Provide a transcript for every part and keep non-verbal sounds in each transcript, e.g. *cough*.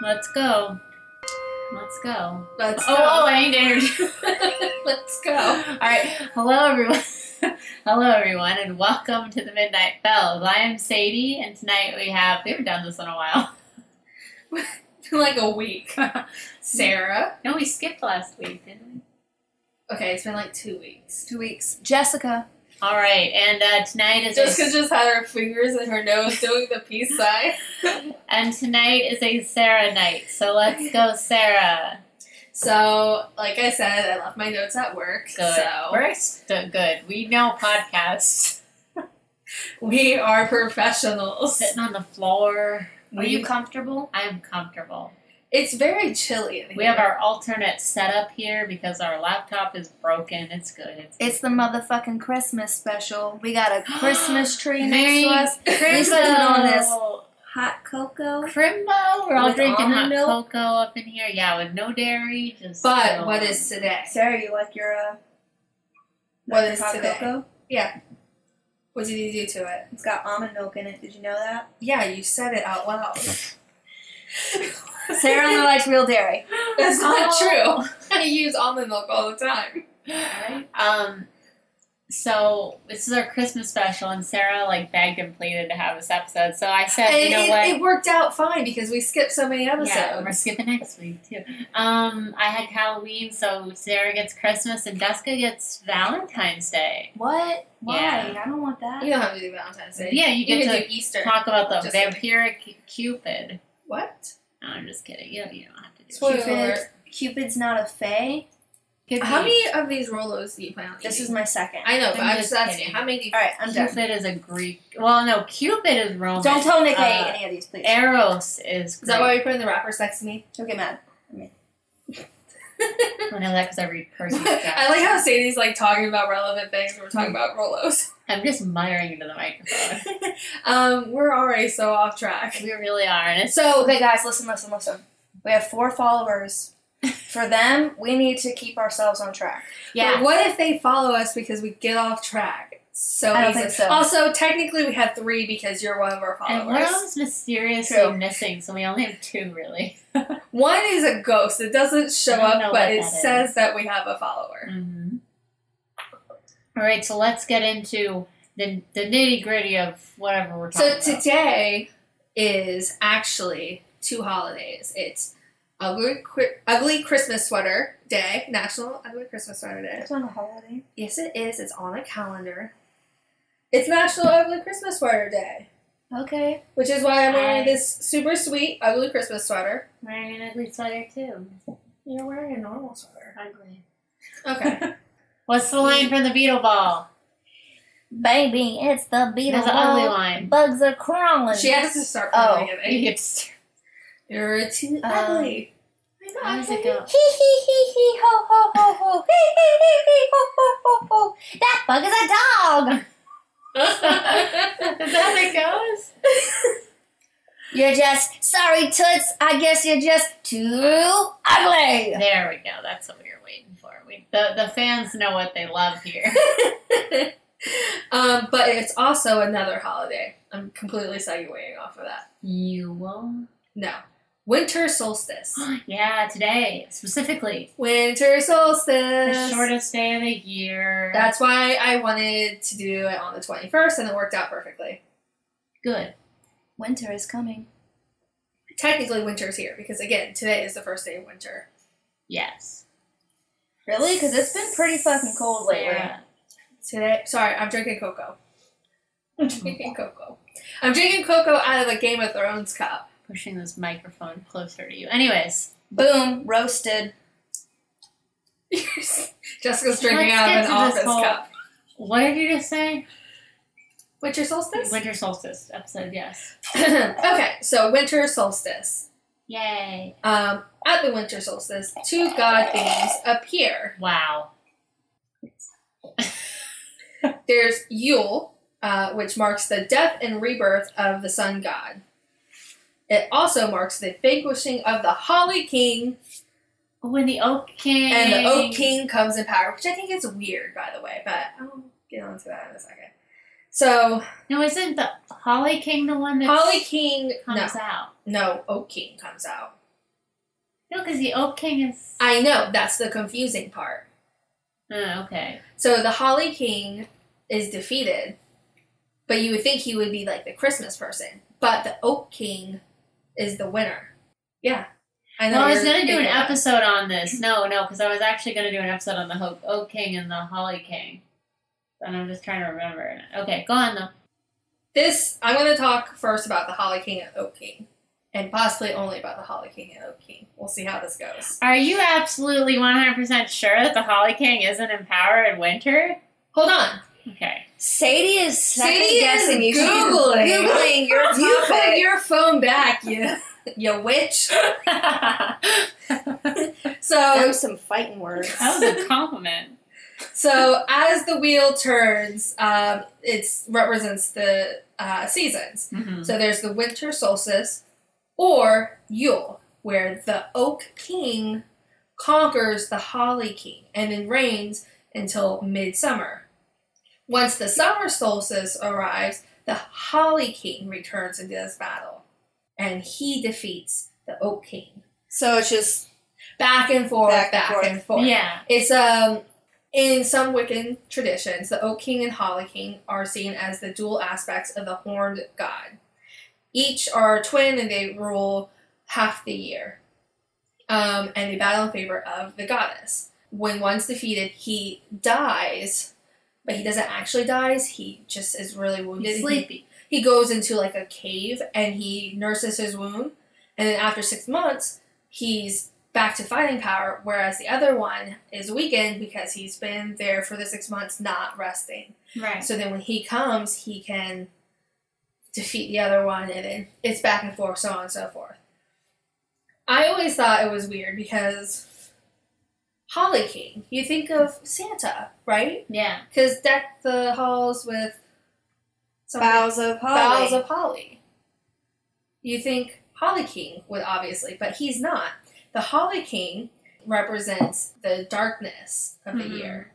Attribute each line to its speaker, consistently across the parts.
Speaker 1: Let's go. Let's go.
Speaker 2: Let's
Speaker 1: oh, oh, I need to introduce.
Speaker 2: *laughs* Let's go.
Speaker 1: All right. Hello, everyone. *laughs* Hello, everyone, and welcome to the Midnight Fells. I am Sadie, and tonight we have we haven't done this in a while.
Speaker 2: like a
Speaker 1: *laughs*
Speaker 2: week. Sarah.
Speaker 1: No, we skipped last week, didn't we?
Speaker 2: Okay, it's been like two weeks.
Speaker 3: Two weeks. Jessica.
Speaker 1: All right, and uh, tonight is a-
Speaker 2: Jessica just had her fingers in her nose doing the
Speaker 1: *laughs*
Speaker 2: peace sign.
Speaker 1: and tonight is a Sarah night. So let's go, Sarah.
Speaker 2: So, like I said, I left my notes at work.
Speaker 1: Good.
Speaker 2: So
Speaker 1: We're st- good. We know podcasts.
Speaker 2: we are
Speaker 1: *laughs*
Speaker 2: professionals.
Speaker 1: Sitting on the floor.
Speaker 3: Are you comfortable?
Speaker 1: I'm comfortable.
Speaker 2: It's very chilly. in
Speaker 1: We
Speaker 2: here.
Speaker 1: have our alternate setup here because our laptop is broken. It's good. It's,
Speaker 3: It's the motherfucking Christmas special. We *gasps* got a Christmas tree next
Speaker 1: Merry
Speaker 3: to us.
Speaker 1: Crimbo!
Speaker 3: sitting on this Hot cocoa.
Speaker 1: Crimbo! We're all
Speaker 3: With
Speaker 1: drinking hot
Speaker 3: almond milk?
Speaker 1: cocoa up in here. Yeah, with no dairy. Just
Speaker 2: But
Speaker 1: so- *gasps*
Speaker 2: what is today?
Speaker 3: Sarah, you like your uh,
Speaker 2: What is
Speaker 3: hot
Speaker 2: today?
Speaker 3: cocoa?
Speaker 2: What did you do to it?
Speaker 3: It's got almond milk in it. Did you know that?
Speaker 2: Yeah, you said it out loud.
Speaker 3: *laughs* Sarah only likes real dairy.
Speaker 2: *laughs* That's not
Speaker 1: Oh.
Speaker 2: true. *laughs* I use almond milk all the time.
Speaker 1: Um, so this is our Christmas special, and Sarah like begged and pleaded to have this episode. So I said,
Speaker 2: And
Speaker 1: you know
Speaker 2: it,
Speaker 1: what?
Speaker 2: it worked out fine because we skipped so many episodes.
Speaker 1: Yeah, we're skipping next week too. Um, I had Halloween, so Sarah gets Christmas, and Jessica gets Valentine's Day.
Speaker 3: What? Why?
Speaker 1: Yeah.
Speaker 3: I don't want that.
Speaker 2: You don't have to do Valentine's Day.
Speaker 1: yeah, you
Speaker 2: You,
Speaker 1: get
Speaker 2: can
Speaker 1: to
Speaker 2: do Easter.
Speaker 1: talk about the
Speaker 2: Just
Speaker 1: vampiric Cupid.
Speaker 2: What?
Speaker 1: No, I'm just kidding. You, you don't have to do
Speaker 2: Spoiler
Speaker 1: it.
Speaker 3: Cupid.
Speaker 2: alert.
Speaker 3: Cupid's not a fae.
Speaker 1: Cupid.
Speaker 2: How many of these Rolos do you plan on
Speaker 3: This is
Speaker 2: eating?
Speaker 3: my second.
Speaker 2: I know, but
Speaker 1: I'm
Speaker 2: I'm
Speaker 1: just
Speaker 2: just asking.
Speaker 1: kidding.
Speaker 2: How many do you?
Speaker 3: All right, I'm *laughs* done.
Speaker 1: Cupid is a Greek. Well, no, Cupid is Roman.
Speaker 3: Don't tell Nick I
Speaker 1: Uh,
Speaker 3: ate any of these, please.
Speaker 1: Eros is
Speaker 2: Is
Speaker 1: Greek.
Speaker 2: that why we put in the wrapper sex me?
Speaker 3: Don't get mad.
Speaker 1: I know that because I read
Speaker 2: *laughs*
Speaker 1: Percy
Speaker 2: I like how Sadie's like talking about relevant things and we're talking about Rolos. *laughs*
Speaker 1: I'm just muttering into the microphone.
Speaker 2: um, we're already so off track.
Speaker 1: we really are, and it's
Speaker 3: So, okay, guys, listen, listen, listen. We have four *laughs* followers. For them, we need to keep ourselves on track.
Speaker 1: yeah.
Speaker 2: But what if they follow us because we get off track? So
Speaker 3: I don't
Speaker 2: easily.
Speaker 3: think so.
Speaker 2: Also, technically, we have three because you're one of our followers.
Speaker 1: And one of them's mysteriously
Speaker 3: True.
Speaker 1: missing, so we only have two really.
Speaker 2: One is a ghost. It doesn't show
Speaker 1: I don't know
Speaker 2: up,
Speaker 1: what
Speaker 2: but it
Speaker 1: that is.
Speaker 2: says that we have a follower.
Speaker 1: Mm-hmm. All right, so let's get into the the nitty gritty of whatever we're
Speaker 2: So
Speaker 1: talking about.
Speaker 2: today is actually two holidays. It's ugly, Qui- ugly Christmas sweater day, National Ugly Christmas Sweater Day.
Speaker 3: It's on a holiday.
Speaker 2: Yes, it is. It's on a calendar. It's National Ugly Christmas Sweater Day,
Speaker 3: Okay.
Speaker 2: which is why I'm wearing
Speaker 1: I-
Speaker 2: this super sweet ugly Christmas sweater.
Speaker 1: Wearing an ugly sweater too.
Speaker 2: You're wearing a normal sweater.
Speaker 1: Ugly.
Speaker 2: Okay.
Speaker 1: *laughs* What's the line from the Beetle Ball?
Speaker 3: Baby, it's the beetle.
Speaker 1: There's an ugly line.
Speaker 3: Bugs are crawling.
Speaker 2: she has to start from
Speaker 3: Oh.
Speaker 2: the
Speaker 1: You
Speaker 2: beginning.
Speaker 1: get st-
Speaker 2: You're too
Speaker 3: Um,
Speaker 2: ugly. *laughs*
Speaker 1: How
Speaker 2: I'm
Speaker 1: does it
Speaker 2: ugly.
Speaker 1: go?
Speaker 3: Hee hee hee hee ho ho ho ho. Hee hee hee hee ho ho ho ho. That bug is a dog.
Speaker 1: Is that how it goes?
Speaker 3: You're just sorry, toots. I guess you're just too ugly.
Speaker 1: There we go. That's what we were waiting for. We, the the fans know what they love here.
Speaker 2: *laughs* Um, but it's also another holiday. I'm completely segueing off of that.
Speaker 1: you will.
Speaker 2: No. Winter
Speaker 1: *gasps*
Speaker 2: solstice.
Speaker 1: yeah, today specifically
Speaker 2: Winter
Speaker 1: the
Speaker 2: solstice.
Speaker 1: shortest day of the year.
Speaker 2: That's why I wanted to do it on the 21st and it worked out perfectly.
Speaker 1: good.
Speaker 3: Winter is coming.
Speaker 2: Technically, winter's here because, again, today is the first day of winter.
Speaker 1: Yes.
Speaker 3: Really? Because it's been pretty fucking cold lately.
Speaker 1: Sarah.
Speaker 2: Today, sorry, I'm drinking cocoa. I'm
Speaker 1: Mm-hmm.
Speaker 2: drinking cocoa. I'm drinking cocoa out of a Game of Thrones cup. *laughs*
Speaker 1: pushing this microphone closer to you. Anyways,
Speaker 3: Boom, roasted.
Speaker 2: Jessica's drinking
Speaker 1: Let's
Speaker 2: out
Speaker 1: get
Speaker 2: of an
Speaker 1: to this
Speaker 2: office
Speaker 1: whole-
Speaker 2: cup.
Speaker 1: what did you just say?
Speaker 2: Winter solstice?
Speaker 1: Winter solstice episode, yes.
Speaker 2: *coughs* okay, so winter solstice.
Speaker 1: Yay.
Speaker 2: um, at the winter solstice, two god beings appear.
Speaker 1: Wow.
Speaker 2: There's Yule, uh, which marks the death and rebirth of the sun god. It also marks the vanquishing of the Holly King,
Speaker 1: When the oak king
Speaker 2: and the Oak King comes in power, which I think is weird, by the way, but I'll get onto that in a second. So,
Speaker 1: No, isn't the Holly King the one that
Speaker 2: Holly King, no,
Speaker 1: comes out?
Speaker 2: no, Oak King comes out.
Speaker 1: No, because the oak king is.
Speaker 2: I know, that's the confusing part.
Speaker 1: Oh, okay.
Speaker 2: So the Holly King is defeated, but you would think he would be like the Christmas person. But the Oak King is the winner. Yeah. I
Speaker 1: Well, I was
Speaker 2: you're
Speaker 1: gonna do an
Speaker 2: thinking about-
Speaker 1: episode on this. No, no, because I was actually gonna do an episode on the Ho- Oak King and the Holly King, and I'm just trying to remember. it. Okay, go on though.
Speaker 2: This, I'm going to talk first about the Holly King and Oak King, and possibly only about the Holly King and Oak King. We'll see how this goes.
Speaker 1: Are you absolutely 100% sure that the Holly King isn't in power in winter?
Speaker 2: Hold on.
Speaker 1: Okay. *laughs*
Speaker 3: Sadie is second
Speaker 2: Sadie is
Speaker 3: guessing you. She's
Speaker 2: Googling.
Speaker 3: Googling your topic.
Speaker 2: *laughs* You put your phone back, you, *laughs* you witch.
Speaker 1: that
Speaker 2: So
Speaker 3: Them some fighting words.
Speaker 1: was
Speaker 2: *laughs*
Speaker 1: a compliment.
Speaker 2: So as the wheel turns, um, it represents the uh, seasons.
Speaker 1: Mm-hmm.
Speaker 2: So there's the winter solstice or Yule, where the oak king conquers the holly king and then reigns until midsummer. Once the summer solstice arrives, the holly king returns into this battle and he defeats the oak king.
Speaker 3: So it's just
Speaker 2: Back and forth, back,
Speaker 3: Back and forth.
Speaker 2: and forth.
Speaker 1: Yeah.
Speaker 2: It's um in some Wiccan traditions, the Oak King and Holly King are seen as the dual aspects of the horned god. Each are twin and they rule half the year. Um, and they battle in favor of the goddess. When one's defeated, he dies, but he doesn't actually dies. He just is really wounded.
Speaker 1: He's
Speaker 2: He-
Speaker 1: sleepy.
Speaker 2: he goes into like a cave and he nurses his wound and then after six months he's back to fighting power whereas the other one is weakened because he's been there for the six months not resting
Speaker 1: Right.
Speaker 2: so then when he comes he can defeat the other one and then it's back and forth so on and so forth i always thought it was weird because holly king you think of santa right
Speaker 1: Yeah.
Speaker 2: because deck the halls with something
Speaker 3: boughs of holly.
Speaker 2: Boughs of Holly. You think Holly King would obviously, but he's not. The Holly King represents the darkness of
Speaker 1: Mhm.
Speaker 2: the year.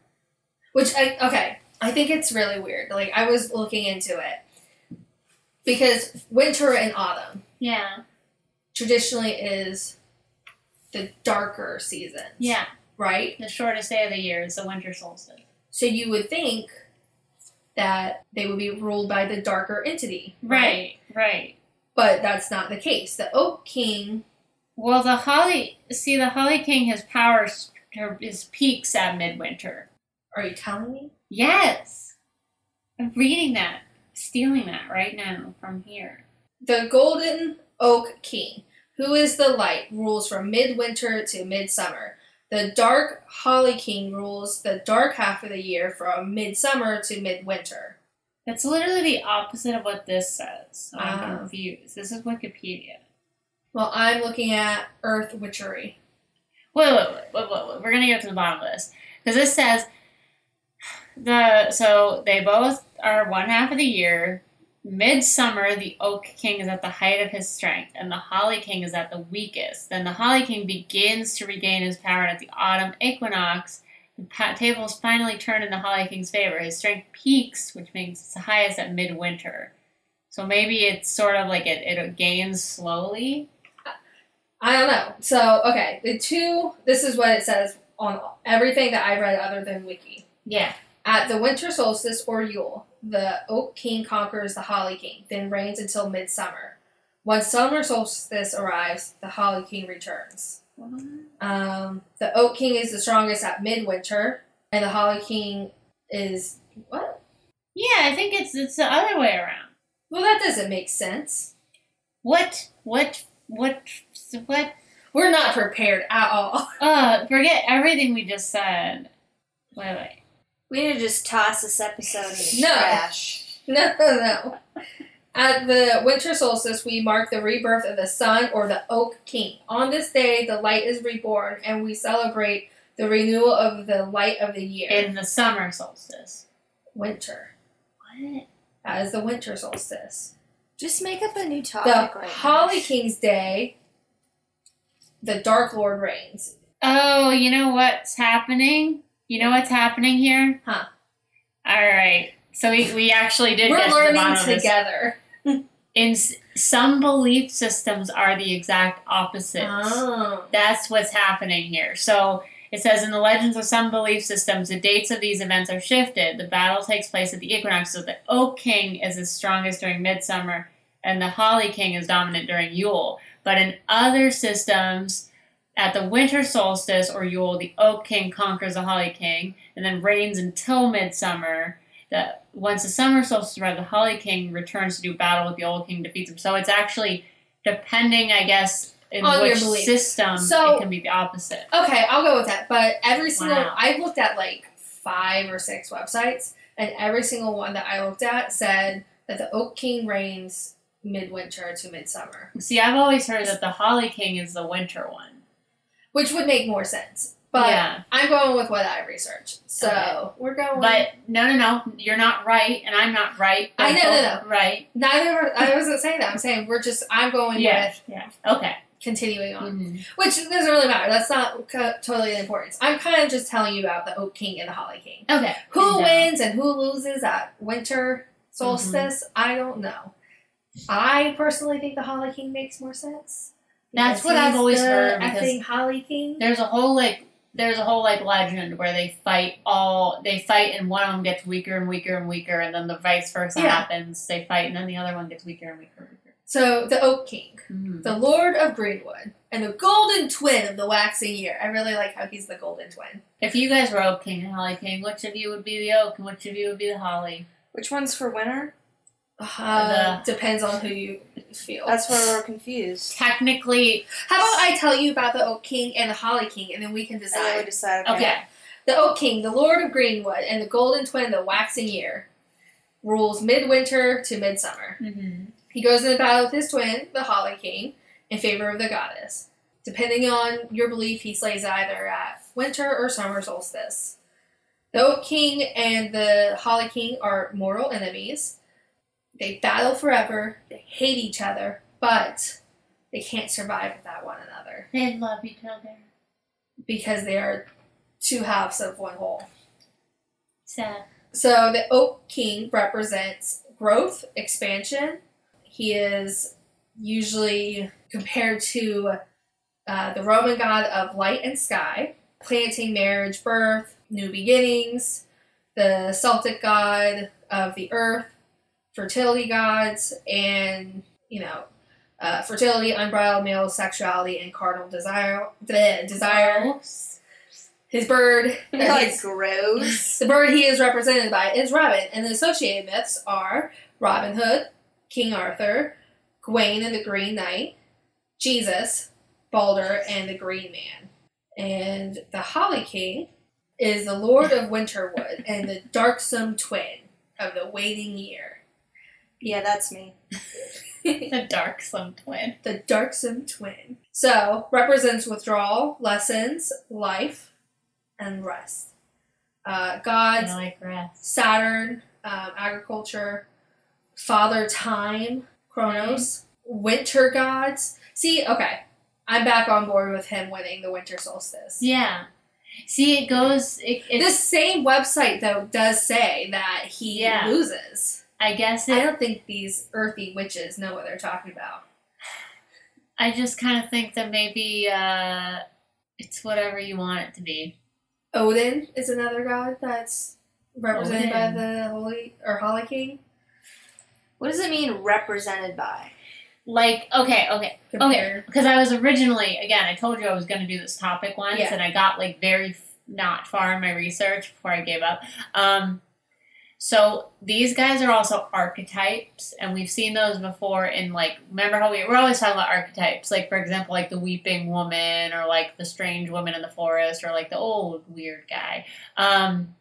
Speaker 2: Which I okay, I think it's really weird. Like I was looking into it because winter and autumn
Speaker 1: Yeah.
Speaker 2: traditionally is the darker season.
Speaker 1: Yeah.
Speaker 2: Right?
Speaker 1: The shortest day of the year is the winter solstice.
Speaker 2: So you would think that they would be ruled by the darker entity.
Speaker 1: Right. Right.
Speaker 2: But that's not the case. The Oak King
Speaker 1: Well, the Holly. See, the Holly King, his power s- her- is peaks at midwinter.
Speaker 2: Are you telling me?
Speaker 1: Yes. I'm reading that, stealing that right now from here.
Speaker 2: The Golden Oak King, who is the light, rules from midwinter to midsummer. The Dark Holly King rules the dark half of the year from midsummer to midwinter.
Speaker 1: That's literally the opposite of what this says. So I'm
Speaker 2: Ah.
Speaker 1: confused. This is Wikipedia.
Speaker 2: Well, I'm looking at Earth Witchery.
Speaker 1: Wait, wait, wait, wait, wait, wait. We're gonna get to the bottom of this because this says the so they both are one half of the year. Midsummer, the Oak King is at the height of his strength, and the Holly King is at the weakest. Then the Holly King begins to regain his power at the autumn equinox. The pa- tables finally turn in the Holly King's favor. His strength peaks, which means it's the highest at midwinter. So maybe it's sort of like it, it gains slowly.
Speaker 2: I don't know. So, okay, the two, this is what it says on everything that I read other than Wiki.
Speaker 1: Yeah.
Speaker 2: At the winter solstice or Yule, the Oak King conquers the Holly King, then reigns until midsummer. Once summer solstice arrives, the Holly King returns. Um, the Oak King is the strongest at midwinter, and the Holly King is what?
Speaker 1: Yeah, I think it's it's the other way around.
Speaker 2: Well, that doesn't make sense.
Speaker 1: What? What? What? What?
Speaker 2: We're not prepared at all.
Speaker 1: Uh, forget everything we just said. Wait, wait.
Speaker 3: We need to just toss this episode in the
Speaker 2: No.
Speaker 3: trash.
Speaker 2: *laughs* No, no, no. At the winter solstice, we mark the rebirth of the sun or the oak king. On this day, the light is reborn, and we celebrate the renewal of the light of the year.
Speaker 1: In the summer solstice.
Speaker 2: winter.
Speaker 1: What?
Speaker 2: That is the winter solstice.
Speaker 3: Just make up a new
Speaker 1: Oh
Speaker 3: topic.
Speaker 2: The
Speaker 3: right now.
Speaker 2: Holly King's Day, the Dark Lord reigns.
Speaker 1: Oh, you know what's happening? You know what's happening here?
Speaker 2: Huh.
Speaker 1: All right. So we, we actually did.
Speaker 2: We're
Speaker 1: get to the bottom
Speaker 2: learning
Speaker 1: of this.
Speaker 2: together.
Speaker 1: in s- some belief systems are the exact opposites.
Speaker 2: Oh.
Speaker 1: That's what's happening here. So it says in the legends of some belief systems, the dates of these events are shifted. The battle takes place at the equinox, so the Oak King is the strongest during midsummer, and the Holly King is dominant during Yule. But in other systems, at the winter solstice or Yule, the Oak King conquers the Holly King, and then reigns until midsummer. The once the summer solstice arrives, the Holly King returns to do battle with the Old King, defeats him. So it's actually depending, I guess, in
Speaker 2: On your
Speaker 1: which
Speaker 2: belief.
Speaker 1: system
Speaker 2: So-
Speaker 1: um, it can be the opposite.
Speaker 2: Okay, I'll go with that. But every single
Speaker 1: Wow.
Speaker 2: I've looked at like five or six websites, and every single one that I looked at said that the Oak King reigns midwinter to midsummer,
Speaker 1: See, I've always heard that the Holly King is the winter one.
Speaker 2: which would make more sense. But
Speaker 1: yeah,
Speaker 2: I'm going with what I researched, so
Speaker 1: Okay.
Speaker 2: we're going.
Speaker 1: but no, no, no, you're not right, and I'm not right.
Speaker 2: I know,
Speaker 1: They're
Speaker 2: no,
Speaker 1: both Right?
Speaker 2: neither. of our- I wasn't saying that. I'm saying we're just. I'm going
Speaker 1: Yeah,
Speaker 2: with Mm-hmm.
Speaker 1: yeah. Okay.
Speaker 2: continuing on,
Speaker 1: Mhm.
Speaker 2: which doesn't really matter. That's not co- totally the importance. I'm kind of just telling you about the Oak King and the Holly King.
Speaker 1: Okay.
Speaker 2: Who
Speaker 1: Yeah.
Speaker 2: wins and who loses at winter solstice?
Speaker 1: Mm-hmm.
Speaker 2: I don't know. I personally think the Holly King makes more sense.
Speaker 1: That's
Speaker 2: because
Speaker 1: what I've
Speaker 2: he's
Speaker 1: always
Speaker 2: the
Speaker 1: heard, because-
Speaker 2: effing Holly King.
Speaker 1: There's a whole like there's a whole like legend where they fight all they fight and one of them gets weaker and weaker and weaker and then the vice versa
Speaker 2: Yeah.
Speaker 1: happens. They fight and then the other one gets weaker and weaker and weaker.
Speaker 2: So the Oak King,
Speaker 1: Mhm.
Speaker 2: the Lord of Greenwood, and the Golden Twin of the Waxing Year. I really like how he's the Golden Twin.
Speaker 1: If you guys were Oak King and Holly King, which of you would be the Oak and which of you would be the Holly?
Speaker 4: Which one's for winter?
Speaker 2: Uh, depends on who you feel.
Speaker 4: That's where we're confused.
Speaker 1: Technically,
Speaker 2: How about I tell you about the Oak King and the Holly King, and then we can
Speaker 4: And then we
Speaker 2: decide.
Speaker 4: decided.
Speaker 1: okay.
Speaker 2: The Oak King, the Lord of Greenwood, and the Golden Twin, the Waxing Year, rules midwinter to midsummer.
Speaker 1: Mm-hmm.
Speaker 2: He goes into battle with his twin, the Holly King, in favor of the goddess. Depending on your belief, he slays either at winter or summer solstice. The Oak King and the Holly King are mortal enemies. They battle forever, they hate each other, but they can't survive without one another
Speaker 1: They love each other.
Speaker 2: because they are two halves of one whole.
Speaker 1: Sad.
Speaker 2: So the oak king represents growth, expansion. He is usually compared to uh, the Roman god of light and sky, planting, marriage, birth, new beginnings, the Celtic god of the earth, fertility gods, and you know, uh, fertility, unbridled male sexuality, and carnal desire. bleh, desire. His bird.
Speaker 4: You're like
Speaker 2: his-
Speaker 4: gross.
Speaker 2: the bird he is represented by is Robin, and the associated myths are Robin Hood, King Arthur, Gawain and the Green Knight, Jesus, Balder, and the Green Man. And the Holly King is the Lord of Winterwood and the darksome twin of the waiting year.
Speaker 4: *laughs* yeah, that's me.
Speaker 1: The dark some twin.
Speaker 2: The darksome twin. So, represents withdrawal, lessons, life, and rest. Uh,
Speaker 1: I
Speaker 2: gods,
Speaker 1: like rest.
Speaker 2: Saturn, um, agriculture, Father Time, Kronos, winter gods. See, okay, I'm back on board with him winning the winter solstice.
Speaker 1: Yeah. See, it goes. It, it,
Speaker 2: This same website though does say that he
Speaker 1: Yeah.
Speaker 2: loses.
Speaker 1: I guess
Speaker 2: I
Speaker 1: it
Speaker 2: don't think these earthy witches know what they're talking about.
Speaker 1: I just kind of think that maybe uh, it's whatever you want it to be.
Speaker 2: Odin is another god that's represented
Speaker 1: Odin.
Speaker 2: by the holy or Holly King.
Speaker 4: What does it mean represented by?
Speaker 1: Like, okay, okay.
Speaker 2: Compared-
Speaker 1: Because I was originally, again, I told you I was going to do this topic once,
Speaker 2: Yeah.
Speaker 1: and I got like very f- not far in my research before I gave up. Um, so these guys are also archetypes, and we've seen those before. In like, remember how we we're always talking about archetypes? Like, for example, like the weeping woman, or like the strange woman in the forest, or like the old weird guy. Um,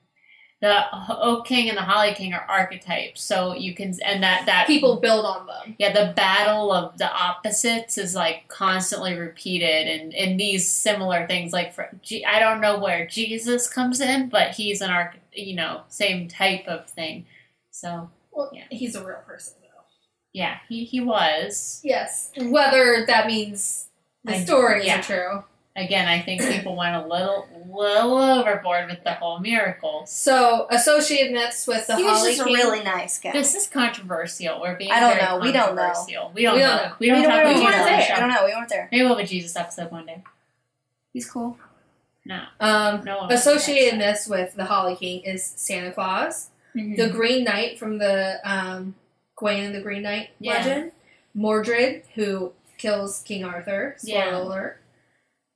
Speaker 1: the H- Oak King and the Holly King are archetypes, so you can and that that
Speaker 2: People build on them.
Speaker 1: yeah, the battle of the opposites is like constantly repeated, and in these similar things, like for Je- I don't know where Jesus comes in, but he's an arch, you know, same type of thing. So
Speaker 2: Well,
Speaker 1: Yeah.
Speaker 2: he's a real person though.
Speaker 1: yeah, he he was.
Speaker 2: Yes. Whether that means the
Speaker 1: I-
Speaker 2: stories
Speaker 1: yeah.
Speaker 2: are true.
Speaker 1: Again, I
Speaker 3: *coughs*
Speaker 1: think people went a little, little overboard with the whole miracle.
Speaker 2: So, associated myths with the
Speaker 3: he was
Speaker 2: Holly
Speaker 3: just a
Speaker 2: King-
Speaker 3: really nice guy.
Speaker 1: This is controversial. We're being
Speaker 3: I don't
Speaker 1: very
Speaker 3: know. We don't know.
Speaker 1: controversial. We don't
Speaker 2: We don't
Speaker 1: know.
Speaker 2: know.
Speaker 1: We don't
Speaker 3: we
Speaker 1: talk.
Speaker 3: don't,
Speaker 1: We
Speaker 3: we
Speaker 1: don't
Speaker 3: weren't
Speaker 1: talk. about
Speaker 3: there. I
Speaker 1: the
Speaker 3: don't
Speaker 1: show.
Speaker 3: know. We weren't there.
Speaker 1: Maybe we'll have a Jesus episode one day.
Speaker 3: He's cool.
Speaker 1: No,
Speaker 2: um,
Speaker 1: no one.
Speaker 2: associated myths with the Holly King is Santa Claus,
Speaker 1: Mhm.
Speaker 2: the Green Knight from the um, Gwen and the Green Knight
Speaker 1: Yeah.
Speaker 2: legend, Mordred who kills King Arthur. Spoiler
Speaker 1: Yeah.
Speaker 2: alert.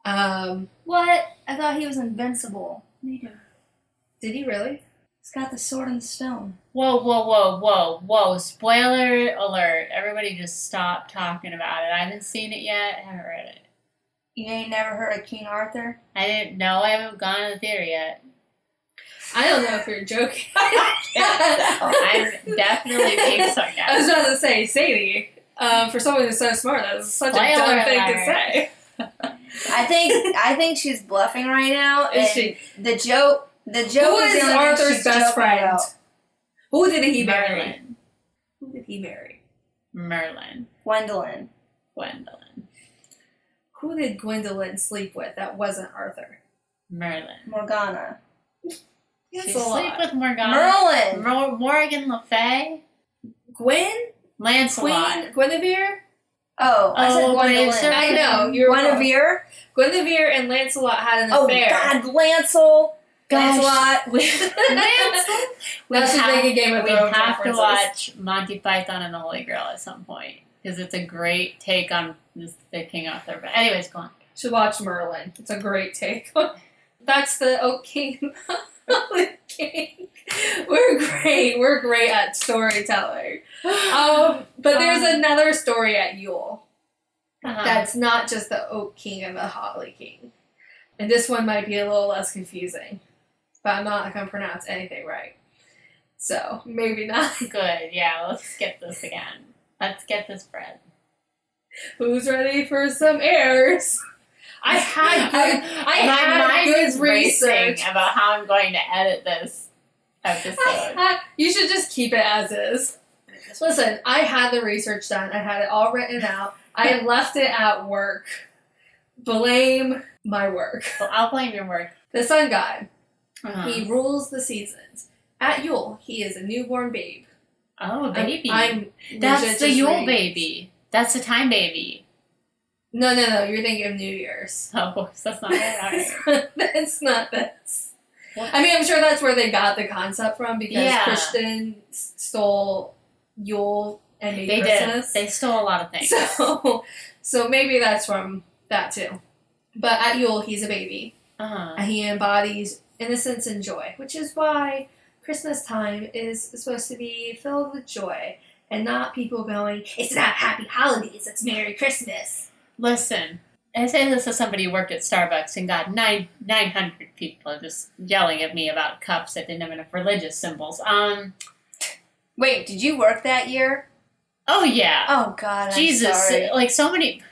Speaker 2: Um,
Speaker 4: What? I thought he was invincible. He's
Speaker 2: did he really?
Speaker 4: got the sword and the stone.
Speaker 1: Whoa, whoa, whoa, whoa, whoa. Spoiler alert. Everybody just stop talking about it. I haven't seen it yet. I haven't read it.
Speaker 4: You ain't never heard of King *laughs* Arthur?
Speaker 1: I didn't know. I haven't gone to the theater yet.
Speaker 2: I don't know if you're joking. *laughs*
Speaker 1: I'm
Speaker 3: *laughs*
Speaker 1: definitely being
Speaker 2: I was
Speaker 1: sarcastic.
Speaker 2: about to say, Sadie, uh, for someone who's so smart, that's such a
Speaker 1: Spoiler
Speaker 2: dumb thing to
Speaker 1: alert.
Speaker 2: say.
Speaker 3: I think I think she's bluffing right now.
Speaker 2: Is
Speaker 3: and
Speaker 2: she-
Speaker 3: The joke. The joke
Speaker 2: Who
Speaker 3: the
Speaker 2: is
Speaker 3: only thing
Speaker 2: Arthur's
Speaker 3: she's
Speaker 2: best
Speaker 3: joking
Speaker 2: friend?
Speaker 3: about.
Speaker 2: Who
Speaker 3: Oh,
Speaker 2: did he marry?
Speaker 1: Merlin.
Speaker 2: Who did he marry?
Speaker 1: Merlin.
Speaker 3: Gwendolyn.
Speaker 1: Gwendolyn.
Speaker 2: Who did Gwendolyn sleep with that wasn't Arthur?
Speaker 1: Merlin.
Speaker 3: Morgana.
Speaker 1: She
Speaker 2: That's a
Speaker 1: sleep
Speaker 2: lot.
Speaker 1: with Morgana.
Speaker 3: Merlin.
Speaker 1: Mer- Morgan Le Fay.
Speaker 2: Gwen?
Speaker 1: Lancelot.
Speaker 2: Queen? Guinevere?
Speaker 3: Oh, I said
Speaker 1: Oh,
Speaker 3: Gwendolyn.
Speaker 1: Brave Sir.
Speaker 2: I know. You're wrong.
Speaker 3: Guinevere.
Speaker 2: Guinevere and Lancelot had an
Speaker 3: Oh
Speaker 2: affair.
Speaker 3: God, Lancel.
Speaker 1: Gosh.
Speaker 3: Lancelot.
Speaker 1: *laughs* Lancelot. We
Speaker 2: *laughs* That's just
Speaker 1: have-
Speaker 2: like a Game of
Speaker 1: we
Speaker 2: Thrones
Speaker 1: have to
Speaker 2: references.
Speaker 1: watch Monty Python and the Holy Grail at some point because it's a great take on this, the King Arthur. But anyways, go on.
Speaker 2: Should watch Merlin. It's a great take. *laughs* That's the Oak King. *laughs* Oak King. We're great. We're great at storytelling. Um, um, but there's
Speaker 1: Um,
Speaker 2: another story at Yule
Speaker 1: Uh-huh.
Speaker 2: that's not just the Oak King and the Holly King. And this one might be a little less confusing, but I'm not gonna pronounce anything right. So maybe not. *laughs*
Speaker 1: good. Yeah, let's get this again. Let's get this bread.
Speaker 2: Who's ready for some errors? *laughs* I had good. I
Speaker 1: My
Speaker 2: had
Speaker 1: mind
Speaker 2: good
Speaker 1: is racing
Speaker 2: research.
Speaker 1: about how I'm going to edit this
Speaker 2: *laughs*
Speaker 1: episode.
Speaker 2: you should just keep it as is. Listen, I had the research done. I had it all written out.
Speaker 1: *laughs*
Speaker 2: I left it at work. Blame my work.
Speaker 1: so I'll blame your work.
Speaker 2: The sun god.
Speaker 1: Uh-huh.
Speaker 2: He rules the seasons. At Yule, he is a newborn babe.
Speaker 1: oh,
Speaker 2: I'm-
Speaker 1: baby.
Speaker 2: I'm,
Speaker 1: That's
Speaker 2: legit
Speaker 1: the
Speaker 2: just
Speaker 1: Yule
Speaker 2: reading.
Speaker 1: baby. That's the time baby.
Speaker 2: No, no, no. You're thinking of New
Speaker 1: *laughs*
Speaker 2: Year's.
Speaker 1: So of course, that's not it. All
Speaker 2: *laughs*
Speaker 1: right.
Speaker 2: it's not this.
Speaker 1: What?
Speaker 2: I mean, I'm sure that's where they got the concept from because
Speaker 1: Yeah.
Speaker 2: Christian s- stole Yule and made
Speaker 1: They did.
Speaker 2: Christmas.
Speaker 1: They stole a lot of things.
Speaker 2: *laughs* So, so maybe that's from that too. But at Yule, he's a baby.
Speaker 1: Uh-huh.
Speaker 2: And he embodies innocence and joy, which is why Christmas time is supposed to be filled with joy and not people going, it's not happy holidays, it's Merry Christmas.
Speaker 1: Listen, I say this as somebody who worked at Starbucks and got nine nine hundred people just yelling at me about cups that didn't have enough religious symbols. Um.
Speaker 3: Wait, did you work that year?
Speaker 1: Oh yeah.
Speaker 3: Oh God, I'm
Speaker 1: Jesus,
Speaker 3: sorry.
Speaker 1: like so many.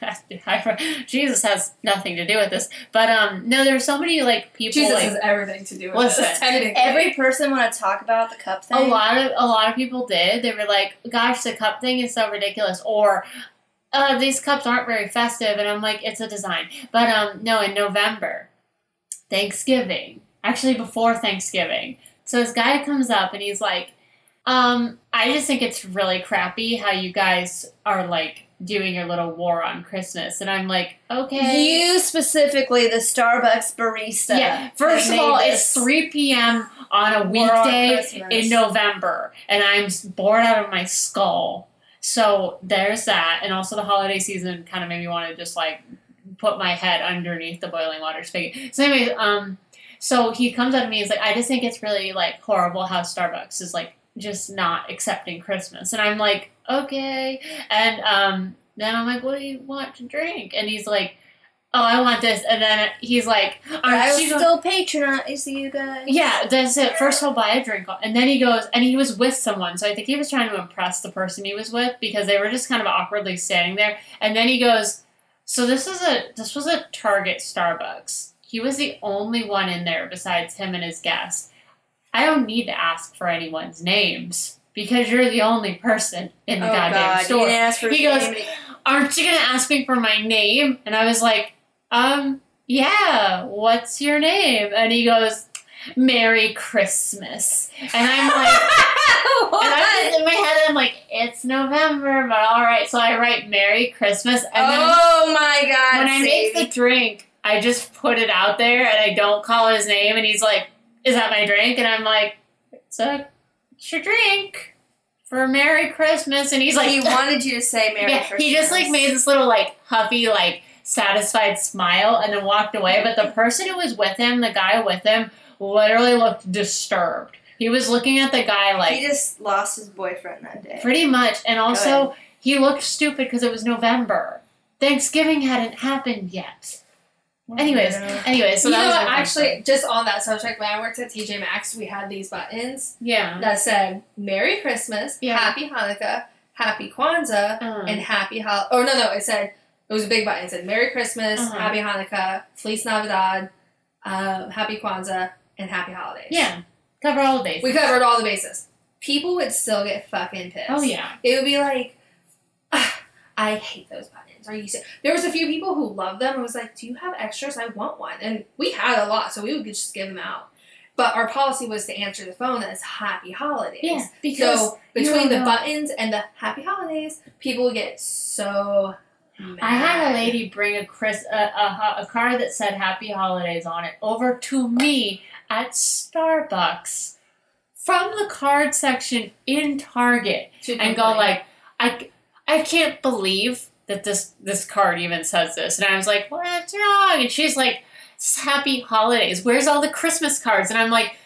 Speaker 1: *laughs* Jesus has nothing to do with this, but um, no, there's so many like people.
Speaker 2: Jesus
Speaker 1: like,
Speaker 2: has everything to do with
Speaker 1: Listen, *laughs*
Speaker 2: this. technically.
Speaker 3: Every person want to talk about the cup thing.
Speaker 1: a lot of a lot of people did. They were like, "Gosh, the cup thing is so ridiculous," or uh, "These cups aren't very festive," and I'm like, "It's a design." But um, no, in November, Thanksgiving, actually before Thanksgiving, so this guy comes up and he's like, um, "I just think it's really crappy how you guys are like doing your little war on Christmas," and I'm like, "Okay."
Speaker 3: You specifically, the Starbucks barista.
Speaker 1: Yeah. First
Speaker 3: that
Speaker 1: of
Speaker 3: made
Speaker 1: all,
Speaker 3: this.
Speaker 1: it's 3 p.m. on a
Speaker 3: We're on
Speaker 1: weekday
Speaker 3: Christmas.
Speaker 1: in November, and I'm s- bored out of my skull. So there's that, and also the holiday season kind of made me want to just like put my head underneath the boiling water spigot. So, anyways, um, so he comes up to me. He's like, I just think it's really like horrible how Starbucks is like just not accepting Christmas, and I'm like, okay. And um, then I'm like, what do you want to drink? And he's like. Oh, I want this, and then he's like, "Aren't
Speaker 3: I
Speaker 1: you go-
Speaker 3: still patronize you guys.
Speaker 1: yeah, that's it. First he'll buy a drink, and then he goes, and he was with someone, so I think he was trying to impress the person he was with because they were just kind of awkwardly standing there. And then he goes, so this is a this was a Target Starbucks. He was the only one in there besides him and his guest. I don't need to ask for anyone's names because you're the only person in the
Speaker 3: oh
Speaker 1: goddamn
Speaker 3: God,
Speaker 1: store
Speaker 3: you didn't ask for
Speaker 1: He goes,
Speaker 3: anybody-
Speaker 1: aren't you gonna ask me for my name? And I was like, um, yeah, what's your name? And he goes, Merry Christmas. And
Speaker 4: *laughs*
Speaker 1: I'm
Speaker 3: *laughs*
Speaker 1: like, and I'm just in my head, I'm like, it's November, but all right. So I write Merry Christmas. And then
Speaker 4: oh my god.
Speaker 1: when I make the
Speaker 4: Sadie.
Speaker 1: drink, I just put it out there and I don't call his name. And he's like, Is that my drink? And I'm like, It's, a, it's your drink for Merry Christmas. And he's like, *laughs*
Speaker 4: he wanted you to say Merry
Speaker 1: yeah,
Speaker 4: Christmas.
Speaker 1: he just like made this little like huffy, like satisfied smile and then walked away. But the person who was with him, the guy with him, literally looked disturbed. He was looking at the guy like,
Speaker 4: he just lost his boyfriend that day.
Speaker 1: Pretty much. And also, he looked stupid because it was November. Thanksgiving hadn't happened yet. Anyways, anyways, so
Speaker 2: you know
Speaker 1: that was
Speaker 2: what?
Speaker 1: my first
Speaker 2: Actually,
Speaker 1: one.
Speaker 2: just on that subject, when I worked at TJ Maxx, we had these buttons
Speaker 1: yeah.
Speaker 2: that said "Merry Christmas,"
Speaker 1: Yeah.
Speaker 2: "Happy Hanukkah," "Happy Kwanzaa,"
Speaker 1: Um,
Speaker 2: and "Happy Hol." Oh no, no, it said it was a big button. It said "Merry Christmas,"
Speaker 1: Uh-huh.
Speaker 2: "Happy Hanukkah," "Feliz Navidad," um, "Happy Kwanzaa," and "Happy Holidays."
Speaker 1: yeah, cover all the bases.
Speaker 2: we covered all the bases. People would still get fucking pissed.
Speaker 1: Oh yeah,
Speaker 2: it would be like, "Ah, I hate those buttons. Are you? ser-" There was a few people who loved them. and was like, do you have extras? I want one. And we had a lot, so we would just give them out. But our policy was to answer the phone as Happy Holidays.
Speaker 1: yeah. Because
Speaker 2: So
Speaker 1: you
Speaker 2: between
Speaker 1: don't
Speaker 2: the
Speaker 1: know.
Speaker 2: buttons and the Happy Holidays, people would get so. Mad.
Speaker 1: I had a lady bring a Chris a, a, ho- a car that said Happy Holidays on it over to me at Starbucks from the card section in Target.
Speaker 2: To
Speaker 1: and go
Speaker 2: complain.
Speaker 1: like, I, I can't believe that this this card even says this. And I was like, what's wrong? And she's like, "It's happy holidays. Where's all the Christmas cards? And I'm like,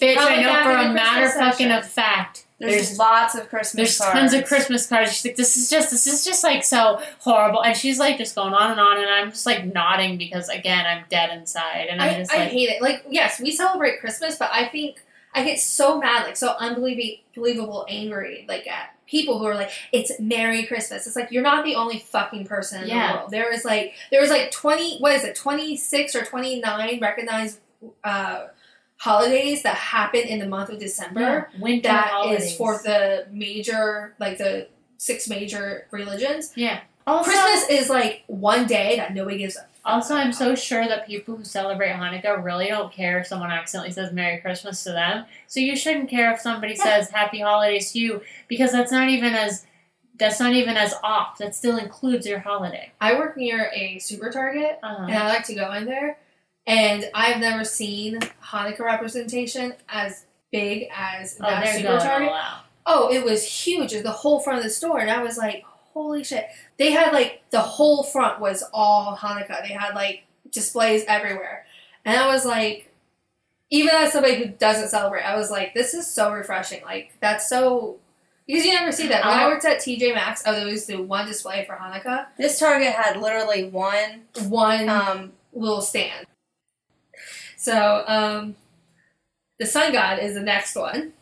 Speaker 1: bitch,
Speaker 2: Probably
Speaker 1: I know
Speaker 2: back
Speaker 1: for
Speaker 2: in
Speaker 1: a
Speaker 2: the
Speaker 1: matter
Speaker 2: Christmas
Speaker 1: fucking
Speaker 2: session.
Speaker 1: of fact.
Speaker 4: There's,
Speaker 1: There's
Speaker 4: lots of Christmas
Speaker 1: there's
Speaker 4: cards.
Speaker 1: tons of Christmas cards. She's like, this is just this is just like so horrible. And she's like just going on and on and I'm just like nodding because again I'm dead inside. And I'm
Speaker 2: I,
Speaker 1: just
Speaker 2: I
Speaker 1: like
Speaker 2: hate it. Like, yes, we celebrate Christmas, but I think I get so mad, like so unbelievable angry, like at people who are like, "It's Merry Christmas." It's like you're not the only fucking person in
Speaker 1: Yeah.
Speaker 2: the world. There was like there was like twenty, what is it, twenty six or twenty nine recognized uh, holidays that happen in the month of December.
Speaker 1: Yeah, winter
Speaker 2: That is
Speaker 1: holidays.
Speaker 2: for the major, like the six major religions.
Speaker 1: yeah. Also,
Speaker 2: Christmas is like one day that nobody gives a.
Speaker 1: Also, I'm so sure that people who celebrate Hanukkah really don't care if someone accidentally says Merry Christmas to them. So you shouldn't care if somebody says Happy Holidays to you because that's not even as that's not even as off. That still includes your holiday.
Speaker 2: I work near a super Target. and
Speaker 1: Uh-huh.
Speaker 2: I like to go in there. And I've never seen Hanukkah representation as big as
Speaker 1: Oh,
Speaker 2: that
Speaker 1: they're
Speaker 2: super
Speaker 1: going
Speaker 2: target.
Speaker 1: all out.
Speaker 2: Oh, it was huge. It was the whole front of the store, and I was like, holy shit! They had like the whole front was all Hanukkah. They had like displays everywhere, and I was like. Even as somebody who doesn't celebrate, I was like, "This is so refreshing! Like that's so because you never see that." When I
Speaker 1: I'll-
Speaker 2: worked at TJ Maxx, oh, there was the one display for Hanukkah,
Speaker 4: This Target had literally one
Speaker 2: one
Speaker 4: um
Speaker 2: little stand. So, um, the sun god is the next one.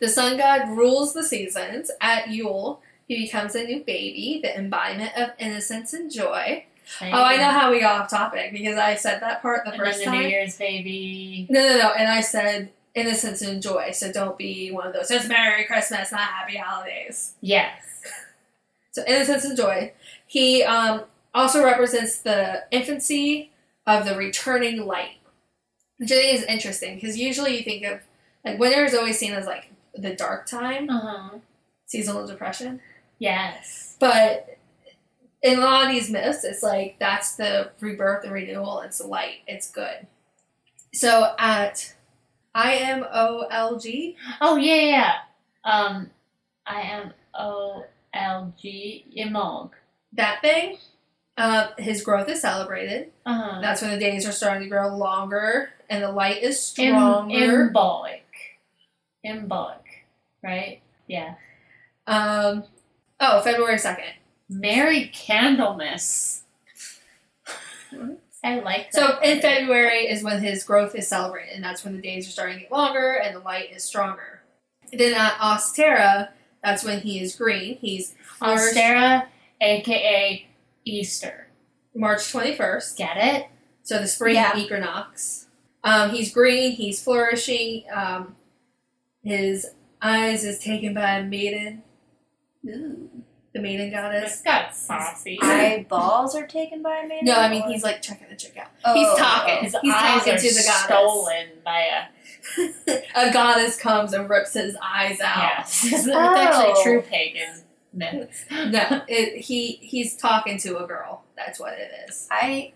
Speaker 2: The sun god rules the seasons. At Yule, he becomes a new baby, the embodiment of innocence and joy. Oh, I know how we got off topic because I said that part the
Speaker 1: And then
Speaker 2: first
Speaker 1: the
Speaker 2: time.
Speaker 1: New Year's baby.
Speaker 2: No, no, no. And I said innocence and joy. So don't be one of those. It's Merry Christmas, not Happy Holidays.
Speaker 1: Yes.
Speaker 2: So innocence and joy. He um, also represents the infancy of the returning light, which I think is interesting because usually you think of like winter is always seen as like the dark time,
Speaker 1: Uh huh.
Speaker 2: seasonal depression.
Speaker 1: Yes.
Speaker 2: But in a lot of these myths, it's like that's the rebirth and renewal. It's light. It's good. So at I M O L G,
Speaker 1: Oh yeah, yeah. yeah. Um, I am O L G Imog.
Speaker 2: that thing, uh, his growth is celebrated.
Speaker 1: Uh huh.
Speaker 2: That's when the days are starting to grow longer and the light is stronger.
Speaker 1: Embolic. Embolic. Right? Yeah.
Speaker 2: Um, oh, February 2nd.
Speaker 1: Merry Candlemas. I like that.
Speaker 2: So in
Speaker 1: word.
Speaker 2: February is when his growth is celebrated, and that's when the days are starting to get longer and the light is stronger. Then at Ostera, that's when he is green. He's
Speaker 1: on
Speaker 2: first-
Speaker 1: Sarah, aka Easter.
Speaker 2: March 21st.
Speaker 1: Get it?
Speaker 2: So the spring
Speaker 4: Yeah.
Speaker 2: equinox. Um, he's green. He's flourishing. Um, his eyes is taken by a maiden, the maiden goddess.
Speaker 1: This got saucy.
Speaker 4: eyeballs are taken by a man.
Speaker 2: No, I mean
Speaker 4: or-
Speaker 2: he's like checking the chick out. He's
Speaker 3: Oh.
Speaker 2: talking.
Speaker 1: His
Speaker 2: He's
Speaker 1: eyes
Speaker 2: talking
Speaker 1: are
Speaker 2: to the goddess.
Speaker 1: stolen by a
Speaker 2: a goddess comes and rips his eyes out.
Speaker 1: yes. *laughs* it's
Speaker 3: Oh.
Speaker 1: actually true pagan myths.
Speaker 2: No, it, he he's talking to a girl. That's what it is.
Speaker 3: I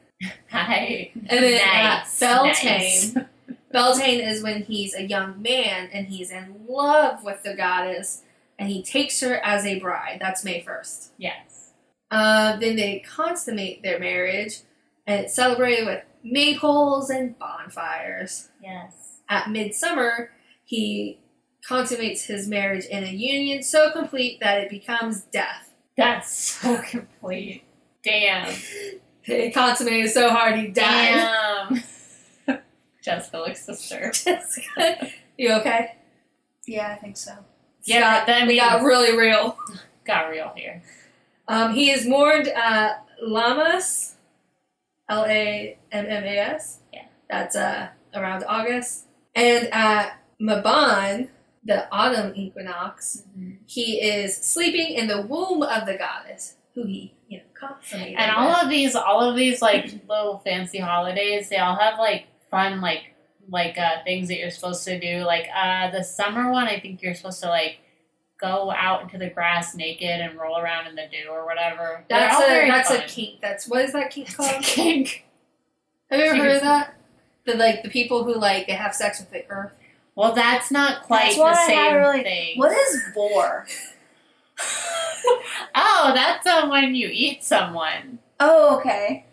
Speaker 1: Hi.
Speaker 2: And then
Speaker 1: nice.
Speaker 2: uh, Beltane.
Speaker 1: nice. *laughs*
Speaker 2: Beltane is when he's a young man and he's in love with the goddess, and he takes her as a bride. That's May first.
Speaker 1: Yes.
Speaker 2: Uh, then they consummate their marriage, and it's celebrated with maypoles and bonfires.
Speaker 1: Yes.
Speaker 2: At midsummer, he consummates his marriage in a union so complete that it becomes death.
Speaker 1: That's so complete. Damn.
Speaker 2: He consummated so hard he died.
Speaker 1: Damn. *laughs* Jessica looks disturbed.
Speaker 2: *laughs* Jessica, you okay?
Speaker 3: yeah, I think so.
Speaker 1: Yeah,
Speaker 2: Scott,
Speaker 1: that
Speaker 2: we
Speaker 1: means-
Speaker 2: got really real.
Speaker 1: Got real here.
Speaker 2: Um, he is mourned uh, Lamas, L A M M A S.
Speaker 1: Yeah.
Speaker 2: That's uh, around August. And at Maban, the autumn equinox,
Speaker 3: Mm-hmm.
Speaker 1: Mm-hmm.
Speaker 2: he is sleeping in the womb of the goddess, who he, you know, consummated.
Speaker 1: And all of these, all of these like little fancy holidays, they all have like fun like like uh, things that you're supposed to do. Like uh, the summer one, I think you're supposed to like go out into the grass naked and roll around in the dew or whatever. They're
Speaker 2: That's
Speaker 1: all
Speaker 2: a
Speaker 1: very
Speaker 2: that's a
Speaker 1: fun.
Speaker 2: kink. That's what is that kink
Speaker 1: It's a
Speaker 3: *laughs*
Speaker 2: called?
Speaker 1: kink. *laughs*
Speaker 2: Have you ever heard of
Speaker 1: Seriously.
Speaker 2: that? The like the people who like they have sex with the earth.
Speaker 1: Well, that's not quite
Speaker 3: That's
Speaker 1: the
Speaker 3: what I
Speaker 1: same
Speaker 3: had really-
Speaker 1: thing.
Speaker 3: What is vor?
Speaker 1: Oh, that's uh, when you eat someone.
Speaker 3: Oh, okay.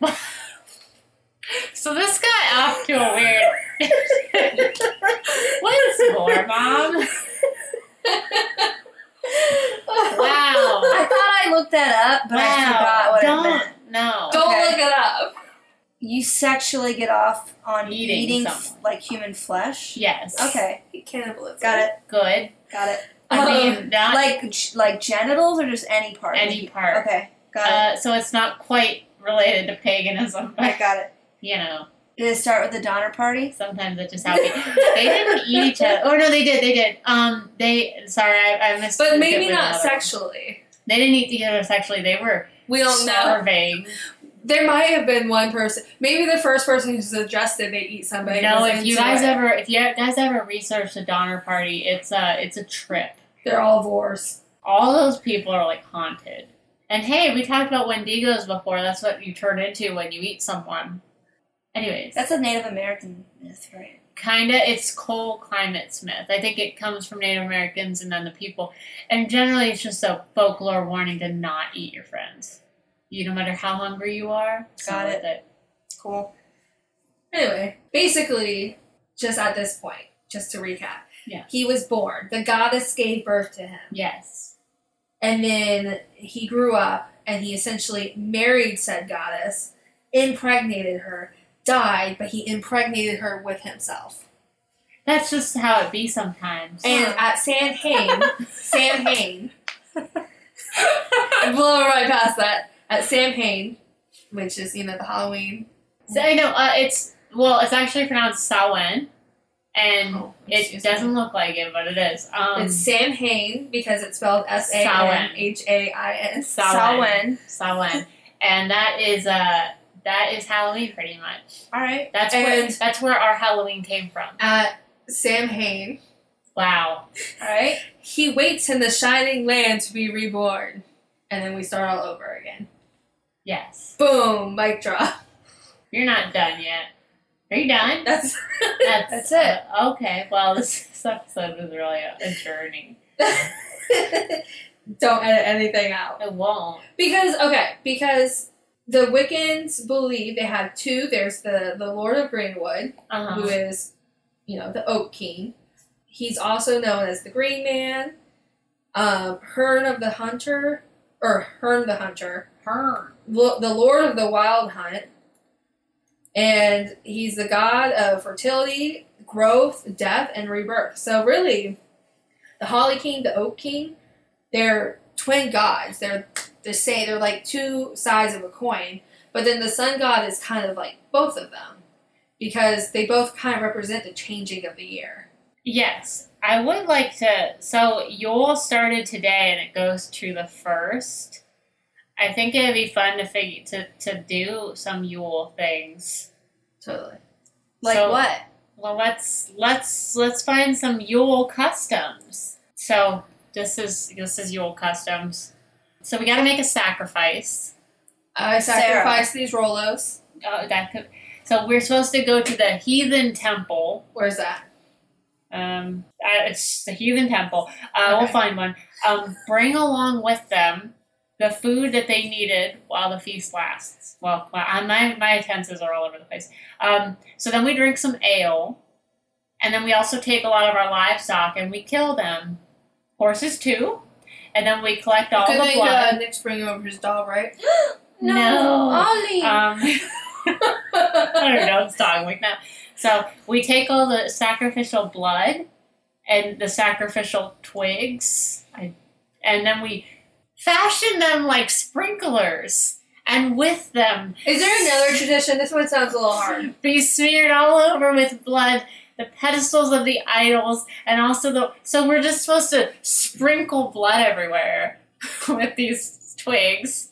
Speaker 1: So this got off to a weird. What's more, mom? Wow.
Speaker 3: I thought I looked that up, but I forgot
Speaker 1: wow.
Speaker 3: what it meant.
Speaker 1: Don't no.
Speaker 2: Don't
Speaker 3: Okay.
Speaker 2: look it up.
Speaker 3: You sexually get off on
Speaker 1: Eating
Speaker 3: eating, f-
Speaker 1: someone.
Speaker 3: like human flesh.
Speaker 1: Yes.
Speaker 3: Okay,
Speaker 2: Cannibalism.
Speaker 3: got it,
Speaker 1: Good.
Speaker 3: got it.
Speaker 1: I
Speaker 2: Um,
Speaker 1: mean, not
Speaker 3: like g- like genitals or just any part.
Speaker 1: any part.
Speaker 3: Okay, got
Speaker 1: Uh, so it's not quite related to paganism,
Speaker 3: it. I
Speaker 1: but
Speaker 3: got it.
Speaker 1: you know,
Speaker 3: Did it start with the Donner Party?
Speaker 1: sometimes it just happens. they
Speaker 3: *laughs*
Speaker 1: didn't eat each other. Oh no, they did. They did. Um, they. Sorry, I, I missed.
Speaker 2: But maybe not
Speaker 1: sexually.
Speaker 2: sexually.
Speaker 1: They didn't eat each other sexually. They were
Speaker 2: We don't know.
Speaker 1: starving.
Speaker 2: There might have been one person. Maybe the first person who suggested they eat somebody.
Speaker 1: no,
Speaker 2: was
Speaker 1: if you
Speaker 2: into
Speaker 1: guys
Speaker 2: it.
Speaker 1: ever, if you guys ever research the Donner Party, it's a, it's a trip.
Speaker 2: they're all vors.
Speaker 1: all those people are like haunted. And hey, we talked about Wendigos before. That's what you turn into when you eat someone. Anyways,
Speaker 3: That's a Native American myth, right?
Speaker 1: kinda it's cold climate myth. I think it comes from Native Americans and then the people. And generally, it's just a folklore warning to not eat your friends. You no matter how hungry you are. it's not
Speaker 3: Got it.
Speaker 1: worth it.
Speaker 3: Cool.
Speaker 2: Anyway, basically, just at this point, just to recap,
Speaker 1: Yeah.
Speaker 2: he was born. The goddess gave birth to him.
Speaker 1: Yes.
Speaker 2: And then he grew up and he essentially married said goddess, impregnated her, died, but he impregnated her with himself.
Speaker 1: That's just how it be sometimes.
Speaker 2: And at Samhain, Samhain, I'm blowing right past that. At Samhain, which is, you know, the Halloween.
Speaker 1: So, I know uh, it's well, it's actually pronounced Samhain, and
Speaker 2: Oh,
Speaker 1: it
Speaker 2: excuse me.
Speaker 1: doesn't look like it, but it is. Um,
Speaker 2: it's Samhain because it's spelled S A M
Speaker 1: Samhain.
Speaker 2: H A I N.
Speaker 1: Samhain. Samhain. And that is uh that is Halloween pretty much.
Speaker 3: All right.
Speaker 1: That's where
Speaker 2: And-
Speaker 1: that's where our Halloween came from.
Speaker 2: At Samhain,
Speaker 1: Wow.
Speaker 3: All right.
Speaker 2: he waits in the shining land to be reborn. And then we start all over again.
Speaker 1: Yes.
Speaker 2: Boom, mic drop. *laughs*
Speaker 1: You're not done yet. Are you done?
Speaker 2: That's *laughs*
Speaker 1: That's,
Speaker 3: That's it.
Speaker 1: uh, okay. Well, *laughs* this, this episode was really a, a journey.
Speaker 2: don't edit anything out.
Speaker 1: It won't.
Speaker 2: Because okay, because the Wiccans believe they have two. There's the the Lord of Greenwood, who
Speaker 1: Uh-huh.
Speaker 2: is, you know, the Oak King. He's also known as the Green Man, um, Hern of the Hunter, or Hern the Hunter,
Speaker 1: Her.
Speaker 2: Lo- the Lord of the Wild Hunt, and he's the god of fertility, growth, death, and rebirth. So really, the Holly King, the Oak King, they're twin gods. They're the same. They're like two sides of a coin. But then the Sun God is kind of like both of them because they both kind of represent the changing of the year.
Speaker 1: Yes. I would like to. So, Yule started today and it goes to the first. I think it'd be fun to figure to, to do some Yule things
Speaker 2: Totally.
Speaker 4: Like
Speaker 1: So-
Speaker 4: what?
Speaker 1: Well, let's let's let's find some Yule customs. So this is this is Yule customs. So we got to make a sacrifice.
Speaker 2: I
Speaker 4: Sarah.
Speaker 2: sacrifice these Rolos.
Speaker 1: Oh, that could. So we're supposed to go to the heathen temple.
Speaker 2: Where's that?
Speaker 1: Um, uh, it's the heathen temple. Uh, We'll
Speaker 2: Okay.
Speaker 1: find one. Um, bring along with them the food that they needed while the feast lasts. Well, well I- my my tenses are all over the place. Um, so then we drink some ale, and then we also take a lot of our livestock and we kill them, horses too, and then we collect all
Speaker 2: Good
Speaker 1: the
Speaker 2: thing uh,
Speaker 1: blood.
Speaker 2: Nick's bringing over his doll, right? Oh,
Speaker 4: Ollie.
Speaker 1: Um, *laughs*
Speaker 2: *laughs*
Speaker 1: I don't know, it's dog week now. So we take all the sacrificial blood and the sacrificial twigs, I, and then we fashion them like sprinklers, and with them
Speaker 2: Is there another tradition? This one sounds a little hard.
Speaker 1: be smeared all over with blood the pedestals of the idols, and also the. So we're just supposed to sprinkle blood everywhere *laughs* with these twigs.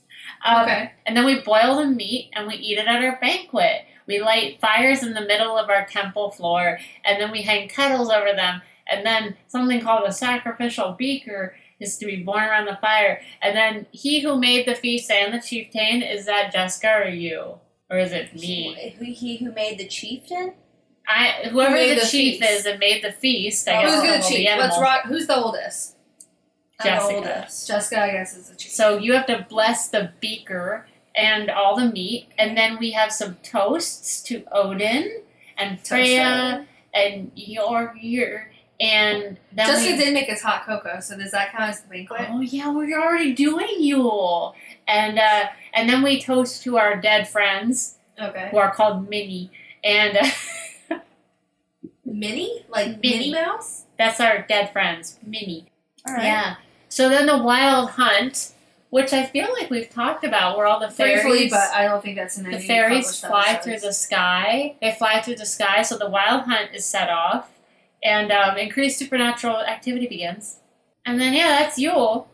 Speaker 1: Um,
Speaker 2: okay.
Speaker 1: and then we boil the meat and we eat it at our banquet. We light fires in the middle of our temple floor, and then we hang kettles over them. And then something called a sacrificial beaker is to be borne around the fire. And then he who made the feast and the chieftain is that Jessica or you, or is it me?
Speaker 4: He, he who made the chieftain?
Speaker 1: I whoever
Speaker 2: made
Speaker 1: the,
Speaker 2: the
Speaker 1: chief
Speaker 2: feast?
Speaker 1: is that made the feast. I
Speaker 4: Oh,
Speaker 1: guess
Speaker 2: Who's
Speaker 1: it
Speaker 2: gonna
Speaker 1: will be
Speaker 2: cheat? Let's
Speaker 1: animal.
Speaker 2: rock. Who's the oldest?
Speaker 1: Jessica.
Speaker 2: Jessica, I guess, is the cheat.
Speaker 1: So you have to bless the beaker and all the meat, and then we have some toasts to Odin and Freya and Jorgir, and then
Speaker 2: Jessica
Speaker 1: we,
Speaker 2: did make us hot cocoa, so does that count as the banquet?
Speaker 1: oh yeah, we're already doing Yule, and uh, and then we toast to our dead friends
Speaker 2: Oh. Okay.
Speaker 1: who are called Minnie, and uh, *laughs*
Speaker 2: Minnie? Like
Speaker 1: Minnie.
Speaker 2: Minnie Mouse?
Speaker 1: that's our dead friends, Minnie.
Speaker 4: All right.
Speaker 1: Yeah. So then the Wild Hunt, which I feel like we've talked about, where all the fairies.
Speaker 2: Briefly, but I don't think that's in any
Speaker 1: The fairies
Speaker 2: published
Speaker 1: fly
Speaker 2: episodes.
Speaker 1: through the sky. They fly through the sky, so the wild hunt is set off, and um, increased supernatural activity begins. And then, yeah, that's Yule,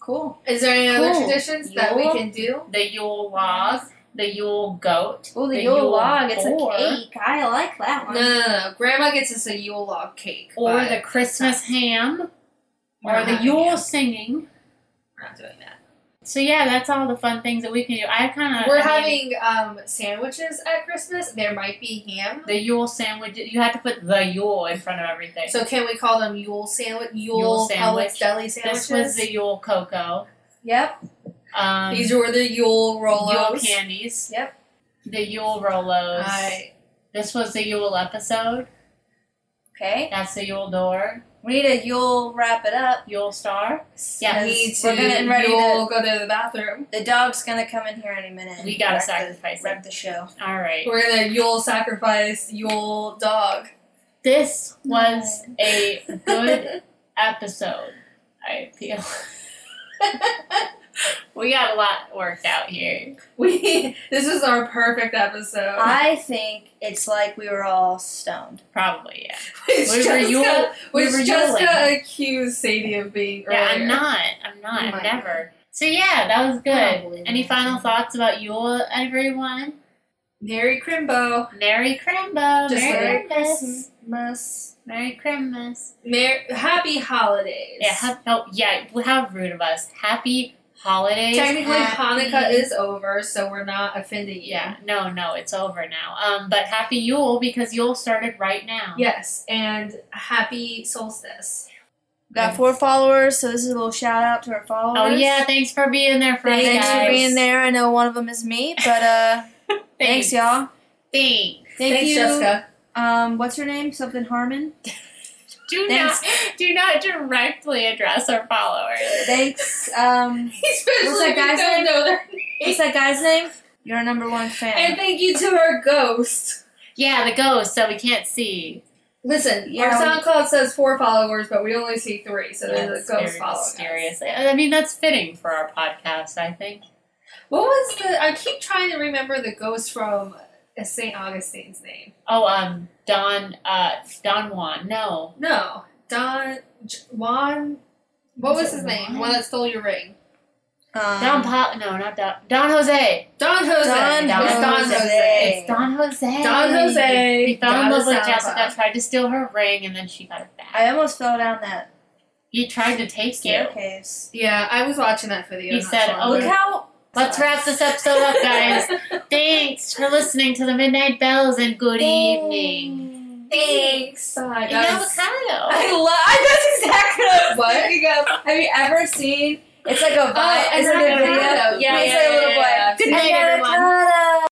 Speaker 4: Cool.
Speaker 2: Is there any other
Speaker 1: Cool.
Speaker 2: traditions that we
Speaker 4: Yule?
Speaker 2: can do?
Speaker 1: the Yule log, the Yule goat.
Speaker 4: Oh, the, Yule, log. It's
Speaker 1: boar,
Speaker 4: a cake. I like that
Speaker 2: No,
Speaker 4: one.
Speaker 2: no, no, no. Grandma gets us a Yule log cake.
Speaker 1: Or
Speaker 2: but
Speaker 1: the Christmas ham,
Speaker 2: we're
Speaker 1: or
Speaker 2: not
Speaker 1: the
Speaker 2: doing
Speaker 1: Yule
Speaker 2: that.
Speaker 1: singing.
Speaker 2: We're not doing that.
Speaker 1: So yeah, that's all the fun things that we can do. I kind of
Speaker 2: We're having um, sandwiches at Christmas. There might be ham.
Speaker 1: the Yule sandwich. You have to put the Yule in front of everything.
Speaker 2: So can we call them Yule sandwich? Yule,
Speaker 1: Yule sandwich.
Speaker 2: Howard's deli
Speaker 1: this
Speaker 2: sandwiches.
Speaker 1: was the Yule cocoa.
Speaker 4: Yep.
Speaker 1: Um,
Speaker 2: These were the
Speaker 1: Yule
Speaker 2: Yule Rolos.
Speaker 1: candies.
Speaker 4: Yep.
Speaker 1: The Yule Rolos.
Speaker 2: I,
Speaker 1: This was the Yule episode.
Speaker 4: Okay.
Speaker 1: That's the Yule door.
Speaker 4: Rita, you'll wrap it up.
Speaker 1: Yule star.
Speaker 2: I
Speaker 1: Yes.
Speaker 2: need to.
Speaker 4: We're getting ready to-
Speaker 2: Yule go to the bathroom.
Speaker 4: The dog's gonna come in here any minute. and
Speaker 1: We gotta
Speaker 4: wreck the-
Speaker 1: sacrifice
Speaker 4: Wreck the show.
Speaker 1: All right.
Speaker 2: We're gonna Yule sacrifice Yule dog. *laughs*
Speaker 1: This was a good episode. I feel *laughs* we got a lot worked out here.
Speaker 2: we this is our perfect episode. *laughs*
Speaker 4: I think it's like we were all stoned.
Speaker 1: Probably yeah.
Speaker 2: which
Speaker 1: we were Yule-
Speaker 2: Jessica,
Speaker 1: we
Speaker 2: which
Speaker 1: were
Speaker 2: Jessica
Speaker 1: Yuling.
Speaker 2: accused Sadie of being earlier.
Speaker 1: Yeah, I'm not. I'm not.
Speaker 2: Oh my
Speaker 1: never. So yeah, that was
Speaker 4: I don't
Speaker 1: good.
Speaker 4: believe
Speaker 1: Any
Speaker 4: it.
Speaker 1: final thoughts about Yule, everyone?
Speaker 2: Mary Crimbo.
Speaker 1: Merry Crimbo.
Speaker 2: Just
Speaker 1: Merry
Speaker 2: Merry
Speaker 1: Christmas.
Speaker 4: Christmas.
Speaker 1: Merry Christmas.
Speaker 2: Mer- happy holidays.
Speaker 1: Yeah, have, oh, yeah, how rude of us. Happy holidays.
Speaker 2: Technically
Speaker 4: Happy-
Speaker 2: Hanukkah is over, so we're not offending you.
Speaker 1: yeah, no, no, it's over now. Um, but happy Yule because Yule started right now.
Speaker 2: Yes, and happy solstice.
Speaker 4: Got four followers, so this is a little shout out to our followers.
Speaker 1: Oh yeah, thanks for being there, friends.
Speaker 4: Thanks
Speaker 1: guys.
Speaker 4: for being there. I know one of them is me, but uh, thanks.
Speaker 1: *laughs* Thanks,
Speaker 4: y'all.
Speaker 1: Thanks.
Speaker 4: Thank
Speaker 2: Thanks,
Speaker 4: you.
Speaker 2: Jessica. *laughs*
Speaker 4: Um, what's her name? Something Harmon.
Speaker 1: Do
Speaker 4: Thanks.
Speaker 1: not, *laughs* do not directly address our followers.
Speaker 4: Thanks. Um,
Speaker 2: Especially
Speaker 4: that
Speaker 2: if you
Speaker 4: guy's name?
Speaker 2: don't know their
Speaker 4: what's that guy's name? You're a number one fan.
Speaker 2: And thank you to our ghost.
Speaker 1: Yeah, the ghost, so we can't see.
Speaker 2: Listen,
Speaker 4: Yeah,
Speaker 2: our
Speaker 4: we-
Speaker 2: SoundCloud says four followers, but we only see three, so there's a
Speaker 1: That's
Speaker 2: ghost
Speaker 1: very
Speaker 2: following. us.
Speaker 1: mysterious. I mean, that's fitting for our podcast, I think.
Speaker 2: What was the? I keep trying to remember the ghost from St. Augustine's name.
Speaker 1: Oh, um, Don, uh, Don Juan. No,
Speaker 2: No, Don J- Juan. What was
Speaker 1: Was it
Speaker 2: his name?
Speaker 1: Juan?
Speaker 2: One that stole your ring.
Speaker 3: Um,
Speaker 1: Don Pa no, not Don Don Jose.
Speaker 2: Don Jose.
Speaker 3: Don
Speaker 2: It's Don
Speaker 3: Jose.
Speaker 2: Jose.
Speaker 1: It's Don Jose.
Speaker 2: Don Jose.
Speaker 1: He fell in
Speaker 2: Don
Speaker 1: love with
Speaker 2: Salva.
Speaker 1: Jessica, tried to steal her ring, and then she got it back.
Speaker 3: I almost fell down that
Speaker 1: He tried to take you.
Speaker 3: staircase.
Speaker 2: Yeah, I was watching that video.
Speaker 1: He
Speaker 2: not
Speaker 1: said,
Speaker 2: so long
Speaker 1: "Oh,
Speaker 3: Look
Speaker 2: ago.
Speaker 3: how.
Speaker 1: Let's wrap this episode up, guys. Thanks for listening to the Midnight Bells and good evening.
Speaker 2: Thanks. Bye,
Speaker 1: An
Speaker 2: guys.
Speaker 1: avocado.
Speaker 3: I love. That's exactly what I was
Speaker 2: What?
Speaker 3: thinking of. Have you ever seen? It's like a
Speaker 2: Oh,
Speaker 3: vi-
Speaker 1: Uh,
Speaker 2: it's
Speaker 3: it's like
Speaker 2: like
Speaker 3: a